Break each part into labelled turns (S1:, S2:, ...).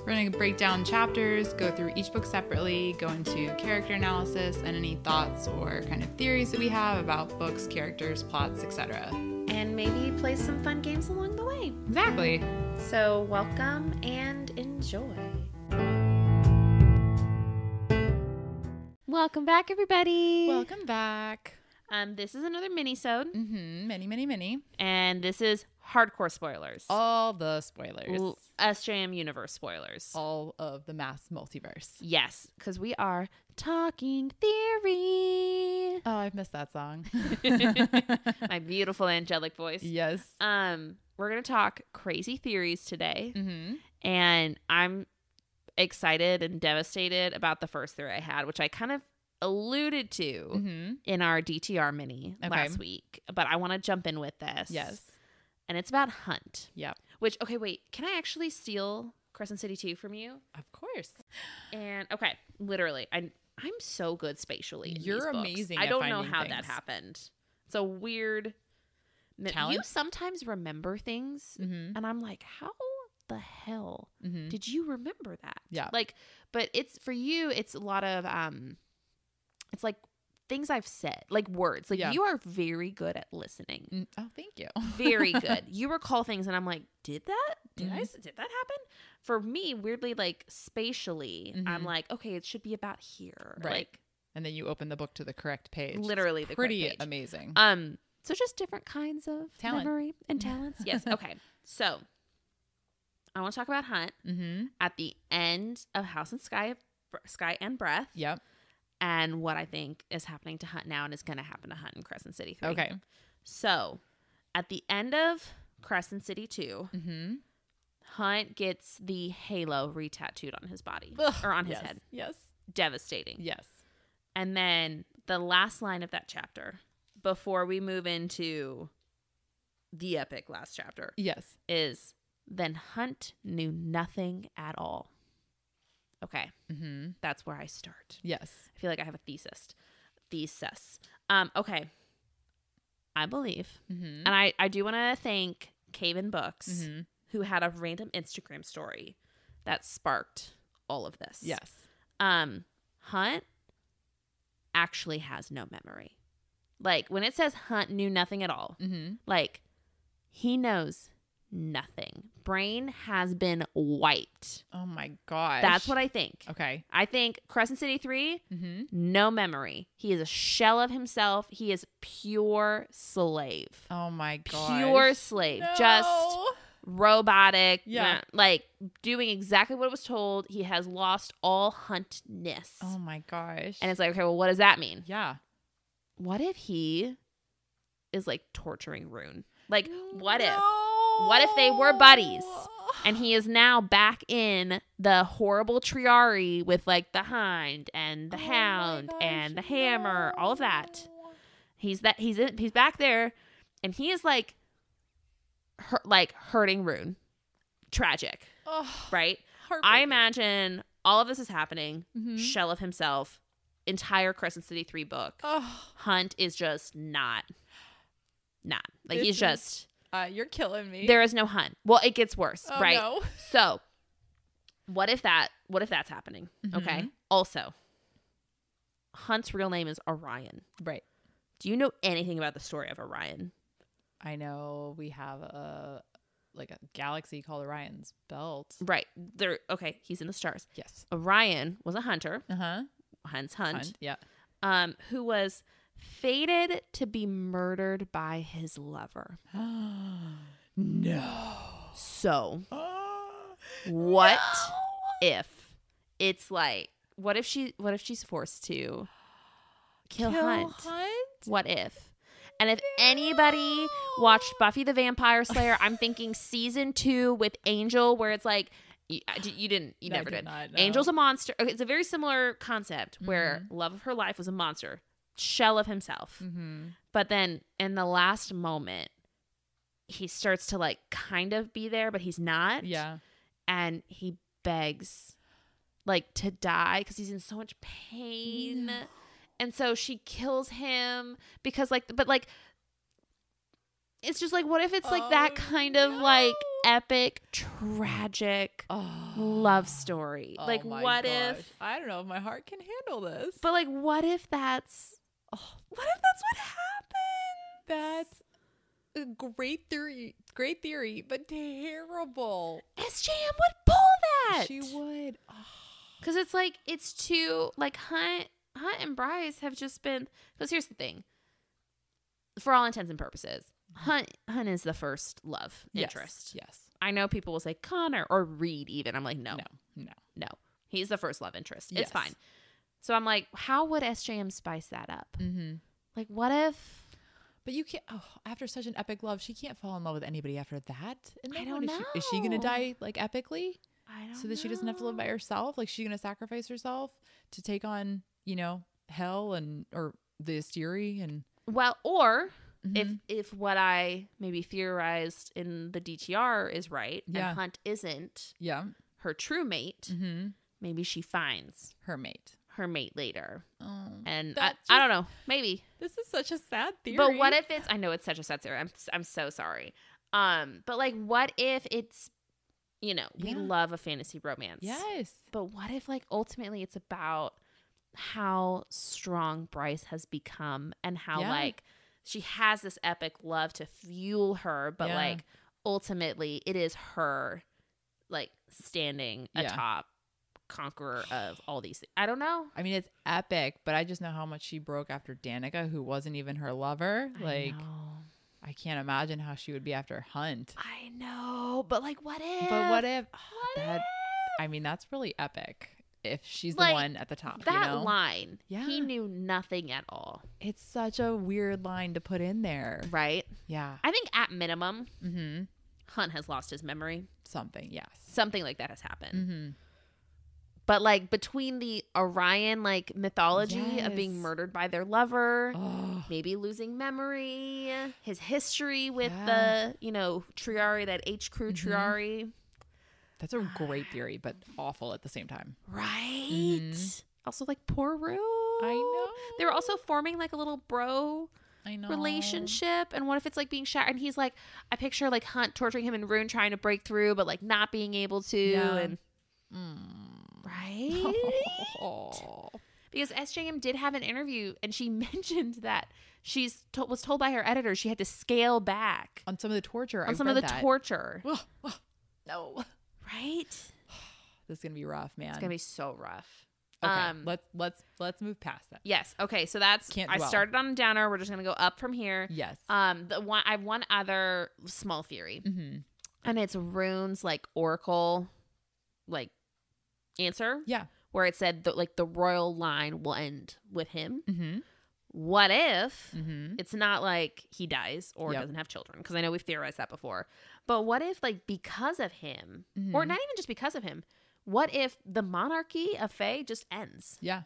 S1: We're going to break down chapters, go through each book separately, go into character analysis and any thoughts or kind of theories that we have about books, characters, plots, etc.
S2: And maybe play some fun games along the way.
S1: Exactly.
S2: So, welcome and enjoy. Welcome back, everybody.
S1: Welcome back.
S2: Um, this is another mini-sode,
S1: Mm-hmm. Many, many, many.
S2: and this is hardcore spoilers.
S1: All the spoilers.
S2: L- SJM universe spoilers.
S1: All of the mass multiverse.
S2: Yes, because we are talking theory.
S1: Oh, I've missed that song.
S2: My beautiful angelic voice.
S1: yes.
S2: Um, we're gonna talk crazy theories today,
S1: Mm-hmm.
S2: and I'm excited and devastated about the first theory I had, which I kind of alluded to.
S1: Mm-hmm.
S2: in our DTR mini
S1: Okay.
S2: last week, but I want to jump in with this.
S1: Yes.
S2: And it's about Hunt.
S1: Yep.
S2: Which, okay, wait, can I actually steal Crescent City 2 from you?
S1: Of course.
S2: And, okay, literally, I, I'm so good spatially. in
S1: You're
S2: these books.
S1: amazing
S2: I
S1: at
S2: don't know
S1: finding
S2: how that
S1: things.
S2: happened. It's a weird. m- You
S1: Talent?
S2: sometimes remember things,
S1: Mm-hmm.
S2: and I'm like, how the hell
S1: Mm-hmm.
S2: did you remember that?
S1: Yeah.
S2: Like, but it's for you, it's a lot of um it's like things I've said, like words. Like
S1: Yeah.
S2: you are very good at listening.
S1: Mm, Oh, thank you.
S2: Very good. you recall things and I'm like, did that? Did I
S1: Mhm.
S2: s did that happen? For me, weirdly like spatially, I'm
S1: Mhm.
S2: like, okay, it should be about here.
S1: Right.
S2: Like
S1: And then you open the book to the correct page. It's
S2: Literally the correct
S1: pretty
S2: page.
S1: amazing.
S2: um so just different kinds of
S1: Talent.
S2: memory and talents. yes. Okay. So I want to talk about Hunt
S1: mm-hmm.
S2: at the end of House and Sky Sky and Breath.
S1: Yep.
S2: and what I think is happening to Hunt now and is going to happen to Hunt in Crescent City 3.
S1: Okay.
S2: So, at the end of Crescent City 2,
S1: Mm-hmm.
S2: Hunt gets the halo retattooed on his body or on his head.
S1: Yes.
S2: Devastating.
S1: Yes.
S2: And then the last line of that chapter before we move into the epic last chapter
S1: Yes.
S2: is then Hunt knew nothing at all. Okay,
S1: Mm-hmm.
S2: that's where I start.
S1: Yes.
S2: I feel like I have a thesis. Thesis. Um, okay. I believe.
S1: Mm-hmm.
S2: And I, I do want to thank Caven Books,
S1: Mm-hmm.
S2: who had a random Instagram story that sparked all of this.
S1: Yes.
S2: Um, Hunt actually has no memory. Like when it says Hunt knew nothing at all,
S1: Mm-hmm.
S2: like he knows nothing. Brain has been wiped.
S1: Oh my gosh.
S2: That's what I think.
S1: Okay.
S2: I think Crescent City 3
S1: Mm-hmm.
S2: no memory. He is a shell of himself. He is pure slave.
S1: Oh my gosh.
S2: Pure slave. Just
S1: No.
S2: robotic.
S1: Yeah.
S2: Like doing exactly what it was told. He has lost all huntness.
S1: Oh my gosh.
S2: and it's like, okay, well, what does that mean?
S1: yeah.
S2: What if he is like torturing Rune? Like, what if?
S1: No.
S2: What if they were buddies? And he is now back in the horrible triari with like the hind and the
S1: Oh my
S2: hound and the
S1: gosh,
S2: hammer, all of that.
S1: no.
S2: He's that he's in, he's back there, and he is like, hur- like hurting Rune. Tragic,
S1: Oh,
S2: right? I
S1: heartbreaking.
S2: imagine all of this is happening.
S1: Mhm.
S2: Shell of himself, entire Crescent City Three book.
S1: Oh,
S2: Hunt is just not, not like
S1: This
S2: he's
S1: is-
S2: just
S1: uh, you're killing me.
S2: there is no Hunt. Well, it gets worse,
S1: Oh,
S2: right?
S1: no.
S2: So, what if that? What if that's happening? Okay.
S1: Mhm.
S2: Also, Hunt's real name is Orion.
S1: Right.
S2: Do you know anything about the story of Orion?
S1: I know we have a like a galaxy called Orion's belt.
S2: Right. They're okay, he's in the stars.
S1: Yes.
S2: Orion was a hunter,
S1: Uh huh.
S2: hence Hunt,
S1: Yeah.
S2: um, who was fated to be murdered by his lover.
S1: no.
S2: So, what if it's like what if she what if she's forced to kill, Hunt? What if? And if anybody watched Buffy the Vampire Slayer, I'm thinking season 2 with Angel where it's like you, you didn't you
S1: No, I
S2: never
S1: did
S2: did.
S1: not, no. Mm-hmm.
S2: Angel's a monster. Okay, it's a very similar concept where love of her life was a monster, shell of himself.
S1: Mhm.
S2: But then in the last moment, he starts to like kind of be there, but he's not.
S1: Yeah.
S2: And he begs like to die because he's in so much pain. And so she kills him because like but like it's just like what if it's like that
S1: Oh,
S2: kind of like
S1: no.
S2: epic tragic
S1: Oh.
S2: love story.
S1: Oh
S2: like
S1: my
S2: what
S1: gosh.
S2: if
S1: I don't know if my heart can handle this.
S2: but like what if that's
S1: Oh,
S2: what if that's what happened?
S1: that's a great theory, great theory, but terrible.
S2: SJM would pull that.
S1: She would. Oh,
S2: Because it's like it's too like Hunt Hunt and Bryce have just been because here's the thing. For all intents and purposes, Hunt Hunt is the first love
S1: yes,
S2: interest.
S1: Yes.
S2: I know people will say Connor or Reed even. I'm like, no, no.
S1: No. No.
S2: He's the first love interest.
S1: Yes.
S2: It's fine. So I'm like, how would SJM spice that up?
S1: Mm-hmm.
S2: Like what if
S1: But you can't. Oh, after such an epic love, she can't fall in love with anybody after that. And
S2: I
S1: then what
S2: don't
S1: is She, is she gonna
S2: know.
S1: die like epically,
S2: I don't
S1: so that she doesn't have to live by
S2: know.
S1: herself? Like she's gonna sacrifice herself to take on, you know, hell and or the Asteri and
S2: Well, or if
S1: Mhm.
S2: if what I maybe theorized in the DTR is right
S1: Yeah.
S2: and Hunt isn't
S1: yeah,
S2: her true mate,
S1: mm-hmm.
S2: maybe she finds
S1: her mate.
S2: her mate later.
S1: Oh,
S2: And I,
S1: That
S2: I don't know, maybe.
S1: this is such a sad theory.
S2: But what if it's I know it's such a sad theory. I'm I'm so sorry. Um, but like what if it's you know, we
S1: Yeah.
S2: love a fantasy romance.
S1: Yes.
S2: But what if like ultimately it's about how strong Bryce has become and how
S1: Yeah.
S2: like she has this epic love to fuel her, but
S1: Yeah.
S2: like ultimately it is her like standing
S1: Yeah.
S2: atop conqueror of all these thi- I don't know.
S1: I mean, it's epic, but I just know how much she broke after Danica, who wasn't even her lover. Like,
S2: I know.
S1: I can't imagine how she would be after Hunt.
S2: I know, but like what if
S1: But what if oh,
S2: What
S1: that?
S2: if?
S1: I mean, that's really epic. If she's the
S2: Like,
S1: one at the top,
S2: that
S1: you know?
S2: line.
S1: Yeah.
S2: He knew nothing at all.
S1: it's such a weird line to put in there.
S2: Right?
S1: Yeah.
S2: I think at minimum,
S1: Mm-hmm.
S2: Hunt has lost his memory.
S1: Something. Yes.
S2: Something like that has happened.
S1: Mm-hmm.
S2: But like between the Orion like mythology of being
S1: Yes.
S2: murdered by their lover,
S1: Oh,
S2: maybe losing memory, his history with
S1: Yeah.
S2: the, you know, Triari, that H crew
S1: Mhm.
S2: Triari.
S1: that's a great theory, but awful at the same time.
S2: Right.
S1: Mhm.
S2: Also like poor Rue.
S1: I know.
S2: They were also forming like a little bro
S1: I know
S2: relationship. And what if it's like being shattered? And he's like, I picture like Hunt torturing him and Rune trying to break through, but like not being able to.
S1: Yeah.
S2: And
S1: Mm.
S2: right. because SJM did have an interview and she mentioned that she's to- was told by her editor she had to scale back
S1: On some of the torture.
S2: on
S1: I
S2: some of
S1: read
S2: the
S1: that.
S2: torture.
S1: Ugh, ugh, no.
S2: Right? It's
S1: This is gonna be rough, man.
S2: gonna be so rough.
S1: okay.
S2: um,
S1: let's let's let's move past that.
S2: Yes. Okay. So that's
S1: Can't
S2: I
S1: dwell.
S2: started on a downer. We're just gonna go up from here.
S1: Yes.
S2: Um, the one I have one other small theory,
S1: mm-hmm.
S2: and it's Rune's like oracle, like answer
S1: Yeah.
S2: where it said that like the royal line will end with him.
S1: Mm-hmm.
S2: What if?
S1: Mm-hmm.
S2: It's not like he dies or
S1: Yep.
S2: doesn't have children because I know we've theorized that before. But what if, like, because of him,
S1: mm-hmm.
S2: or not even just because of him, what if the monarchy of Fae just ends?
S1: Yeah.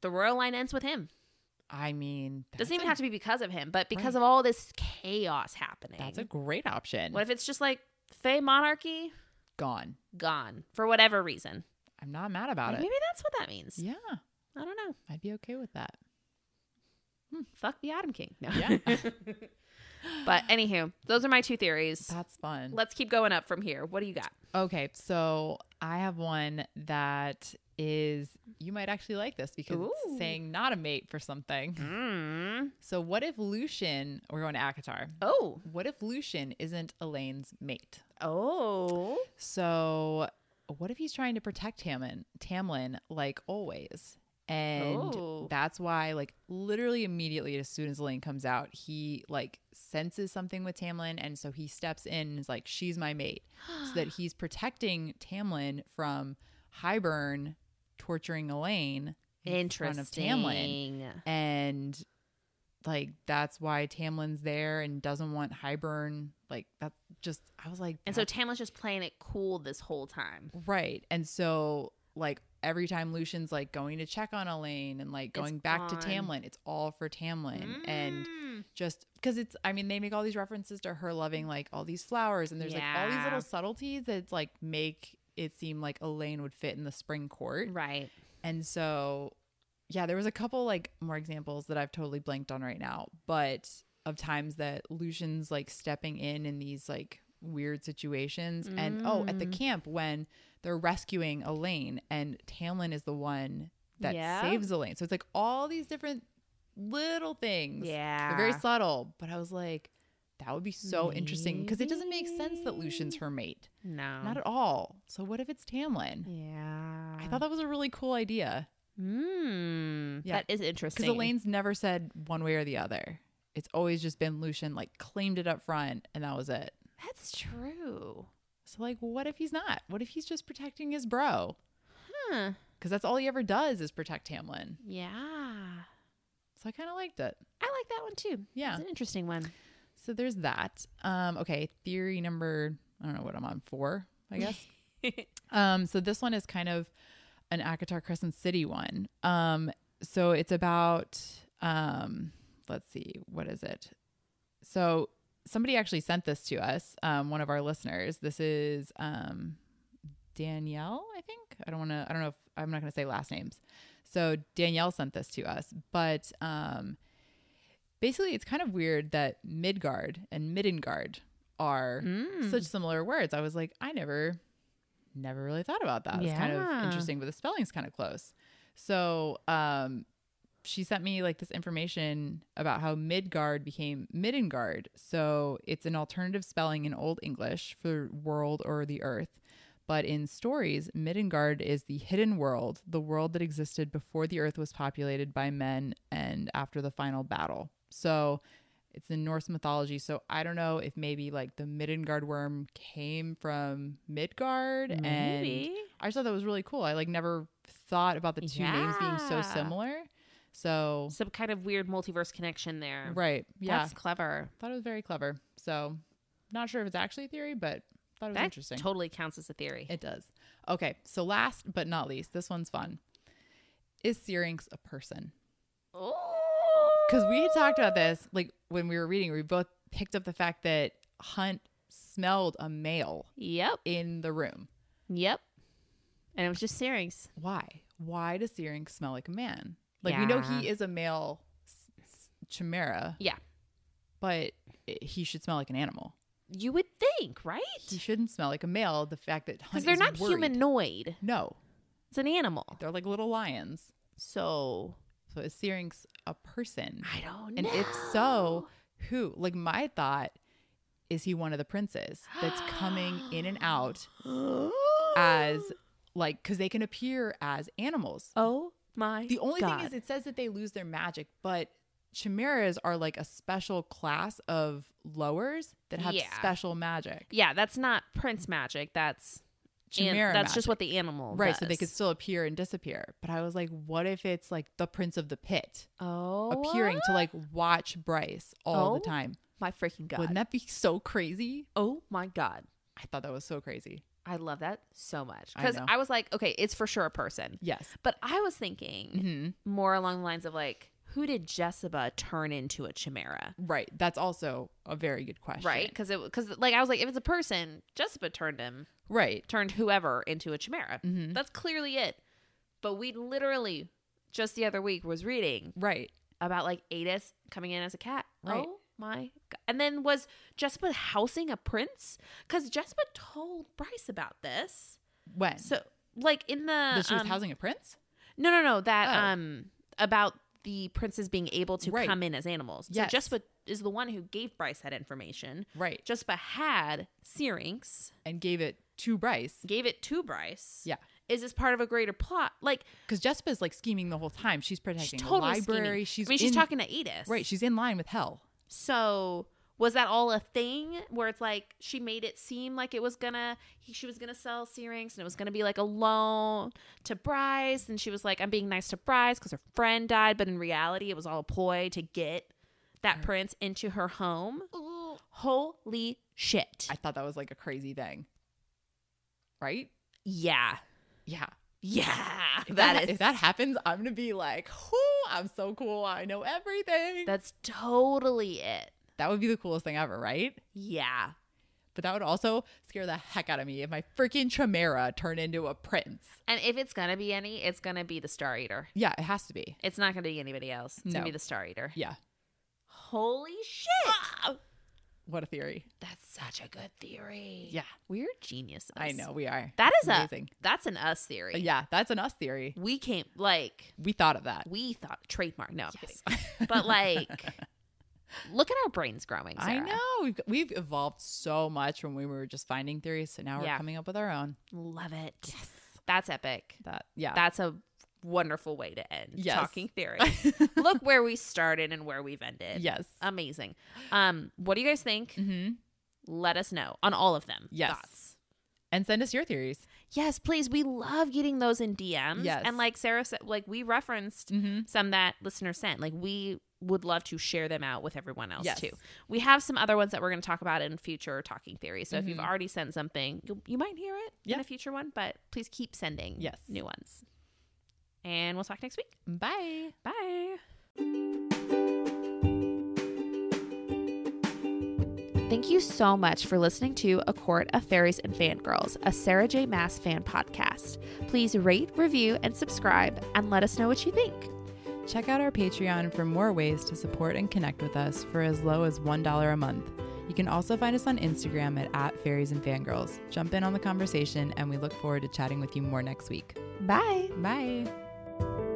S2: The royal line ends with him.
S1: I mean,
S2: Doesn't even have to be because of him, but because of
S1: Right.
S2: all this chaos happening.
S1: That's a great option.
S2: what if it's just like Fae monarchy
S1: Gone.
S2: gone for whatever reason?
S1: I'm not mad about
S2: Like,
S1: it.
S2: maybe that's what that means.
S1: Yeah,
S2: I don't know.
S1: I'd be okay with that.
S2: Fuck the Autumn King. No.
S1: Yeah.
S2: but anywho, those are my two theories.
S1: That's fun.
S2: Let's keep going up from here. What do you got?
S1: Okay, so I have one that is you might actually like this because
S2: Ooh.
S1: it's saying not a mate for something.
S2: Mm.
S1: So what if Lucian? We're going to Akatar.
S2: Oh.
S1: What if Lucian isn't Elaine's mate?
S2: Oh.
S1: So what if he's trying to protect Tamlin, Tamlin like always? And
S2: Oh.
S1: that's why like literally immediately as soon as Elaine comes out, he like senses something with Tamlin and so he steps in and is like she's my mate so that he's protecting Tamlin from Highburn torturing Elaine in front of
S2: Interesting.
S1: Tamlin and like that's why Tamlin's there and doesn't want Highburn like that just I was like
S2: And so
S1: that's
S2: Tamlin's just playing it cool this whole time.
S1: Right. And so like every time Lucian's like going to check on Elaine and like going back to
S2: on.
S1: Tamlin, it's all for Tamlin. And
S2: Mm.
S1: just because it's, I mean, they make all these references to her loving like all these flowers and there's like all these
S2: Yeah.
S1: little subtleties that like make it seem like Elaine would fit in the spring court.
S2: right.
S1: And so, yeah, there was a couple like more examples that I've totally blanked on right now, but of times that Lucian's like stepping in in these like weird situations. And oh, at the
S2: Mm.
S1: camp when they're rescuing Elaine and Tamlin is the one that
S2: Yeah.
S1: saves Elaine. So it's like all these different little things.
S2: Yeah.
S1: They're very subtle, but I was like, that would be so interesting because it doesn't make sense that Lucian's her mate.
S2: no.
S1: Not at all. So what if it's Tamlin?
S2: yeah.
S1: I thought that was a really cool idea.
S2: Mm,
S1: Yeah.
S2: That is interesting.
S1: Because Elaine's never said one way or the other. It's always just been Lucian like claimed it up front and that was it.
S2: That's true.
S1: So like what if he's not? What if he's just protecting his bro?
S2: Huh.
S1: Because that's all he ever does is protect Tamlin.
S2: Yeah. I
S1: So I kinda liked it.
S2: like that one too.
S1: Yeah.
S2: It's an interesting one.
S1: So there's that. Um, okay, theory number I don't know what I'm on, four, I guess. um, so this one is kind of an Akatar Crescent City one. Um, so it's about um, let's see, what is it? So somebody actually sent this to us, um, one of our listeners. This is um Danielle, I think. I don't wanna I don't know if I'm not gonna say last names. So Danielle sent this to us, but um basically it's kind of weird that Midgard and Middengard are
S2: Mm.
S1: such similar words. I was like, I never, never really thought about that. It's kind of
S2: Yeah.
S1: interesting, but the spelling's kind of close. So, um, she sent me like this information about how Midgard became Middengard. So it's an alternative spelling in Old English for world or the earth. But in stories, Middengard is the hidden world, the world that existed before the earth was populated by men and after the final battle. So it's in Norse mythology. So I don't know if maybe like the Middengard worm came from Midgard. And
S2: Maybe.
S1: I just thought that was really cool. I like never thought about the two names being so
S2: Yeah.
S1: similar. So,
S2: Some kind of weird multiverse connection there.
S1: right. Yeah.
S2: That's clever.
S1: thought it was very clever. So not sure if it's actually a theory, but thought it was
S2: that
S1: interesting.
S2: totally counts as a theory.
S1: It does. Okay, so last but not least, this one's fun. Is Syrinx a person?
S2: Oh.
S1: Because we had talked about this, like when we were reading, we both picked up the fact that Hunt smelled a male
S2: Yep.
S1: in the room.
S2: Yep. And it was just Syrinx.
S1: Why? Why does Syrinx smell like a man? Like we know he
S2: Yeah.
S1: is a male s- s- chimera.
S2: Yeah.
S1: but i- he should smell like an animal.
S2: You would think, right?
S1: He shouldn't smell like a male. The fact that Hunt
S2: Because they're
S1: is
S2: not
S1: worried.
S2: humanoid.
S1: No,
S2: It's an animal.
S1: they're like little lions.
S2: So
S1: So is Syrinx a person?
S2: I don't
S1: And
S2: know.
S1: if so, who? Like my thought is he one of the princes that's coming in and out as like cuz they can appear as animals.
S2: Oh my
S1: The only
S2: God.
S1: thing is it says that they lose their magic, but chimeras are like a special class of lowers that have
S2: Yeah.
S1: special magic.
S2: Yeah, that's not prince magic. That's an-
S1: Chimera
S2: that's
S1: magic.
S2: just what the animal
S1: Right, so they could
S2: does.
S1: still appear and disappear. But I was like, what if it's like the prince of the pit
S2: oh
S1: appearing to
S2: what?
S1: like watch Bryce all the
S2: Oh
S1: time?
S2: my freaking god.
S1: Wouldn't that be so crazy?
S2: oh my god.
S1: I thought that was so crazy.
S2: I love that so much
S1: I
S2: because
S1: know.
S2: I, was like, okay, it's for sure a person.
S1: Yes.
S2: But I was thinking
S1: hmm
S2: more along the lines of like, who did Jessica turn into a chimera?
S1: Right. That's also a very good question.
S2: Right? Because it because like I was like, if it's a person, Jessica turned him
S1: Right.
S2: turned whoever into a chimera.
S1: Mhm.
S2: That's clearly it. But we literally just the other week was reading
S1: Right.
S2: about like Adis coming in as a cat.
S1: Right.
S2: Oh my god. And then was Jespa housing a prince? Because Jespa told Bryce about this.
S1: When?
S2: So like in the
S1: that she was
S2: um,
S1: housing a prince?
S2: No no no that
S1: Oh.
S2: um about the princes being able to
S1: Right.
S2: come in as animals.
S1: Yes.
S2: So Jespa is the one who gave Bryce that information.
S1: Right.
S2: Jespa had Syrinx,
S1: And gave it to Bryce.
S2: gave it to Bryce.
S1: Yeah.
S2: Is this part of a greater plot? Like
S1: Because Jessica's like scheming the whole time. She's
S2: she's
S1: protecting the
S2: totally scheming.
S1: library.
S2: I
S1: She's
S2: mean, she's
S1: in-
S2: talking to Edis.
S1: Right. She's in line with hell.
S2: So was that all a thing where it's like she made it seem like it was gonna he, she was gonna sell Syrinx and it was gonna be like a loan to Bryce and she was like I'm being nice to Bryce because her friend died but in reality it was all a ploy to get that prince into her home. Holy shit!
S1: I thought that was like a crazy thing. Right?
S2: yeah,
S1: Yeah.
S2: Yeah,
S1: If
S2: that
S1: ha-
S2: is
S1: if that happens, I'm gonna be like, "Whoo, I'm so cool. I know everything." That,
S2: that's totally it.
S1: would be the coolest thing ever, right?
S2: Yeah.
S1: But that would also scare the heck out of me if my freaking Chimera turned into a prince.
S2: And if it's gonna be any, it's gonna be the Star Eater.
S1: Yeah, it has to be.
S2: It's not gonna be anybody else. It's
S1: No.
S2: gonna be the Star Eater.
S1: Yeah, Ah!
S2: Holy shit!
S1: what a theory.
S2: That's such a good theory.
S1: Yeah,
S2: We're geniuses.
S1: I know we are.
S2: That is
S1: It's
S2: a
S1: amazing.
S2: that's an us theory.
S1: But yeah, that's an us theory.
S2: We came like
S1: We thought of that.
S2: we thought trademark. No, I'm kidding.
S1: Yes.
S2: but like look at our brains growing.
S1: I
S2: Sarah.
S1: know we've we've evolved so much from when we were just finding theories, so now
S2: Yeah.
S1: we're coming up with our own.
S2: Love it. That's epic.
S1: That yeah.
S2: That's a wonderful way to end
S1: Yes.
S2: talking theory. look where we started and where we've ended.
S1: yes.
S2: Amazing. Um, what do you guys think?
S1: hmm
S2: Let us know on all of them.
S1: Yes. And send us your theories.
S2: Yes, please. We love getting those in DMs.
S1: Yes.
S2: And like Sarah said, like we referenced
S1: Mm-hmm.
S2: some that listeners sent. Like we would love to share them out with everyone else
S1: Yes.
S2: too. We have some other ones that we're going to talk about in future talking theory. So if you've
S1: Mhm.
S2: already sent something, you, you might hear it in
S1: Yeah.
S2: a future one, but please keep sending
S1: Yes.
S2: new ones. And we'll talk next week.
S1: Bye.
S2: Bye. Thank you so much for listening to A Court of Fairies and Fangirls, a Sarah J. Mass fan podcast. Please rate, review, and subscribe, and let us know what you think.
S1: Check out our Patreon for more ways to support and connect with us for as low as $1 a month. You can also find us on Instagram at, at Fairies and Fangirls. Jump in on the conversation, and we look forward to chatting with you more next week.
S2: Bye.
S1: Bye.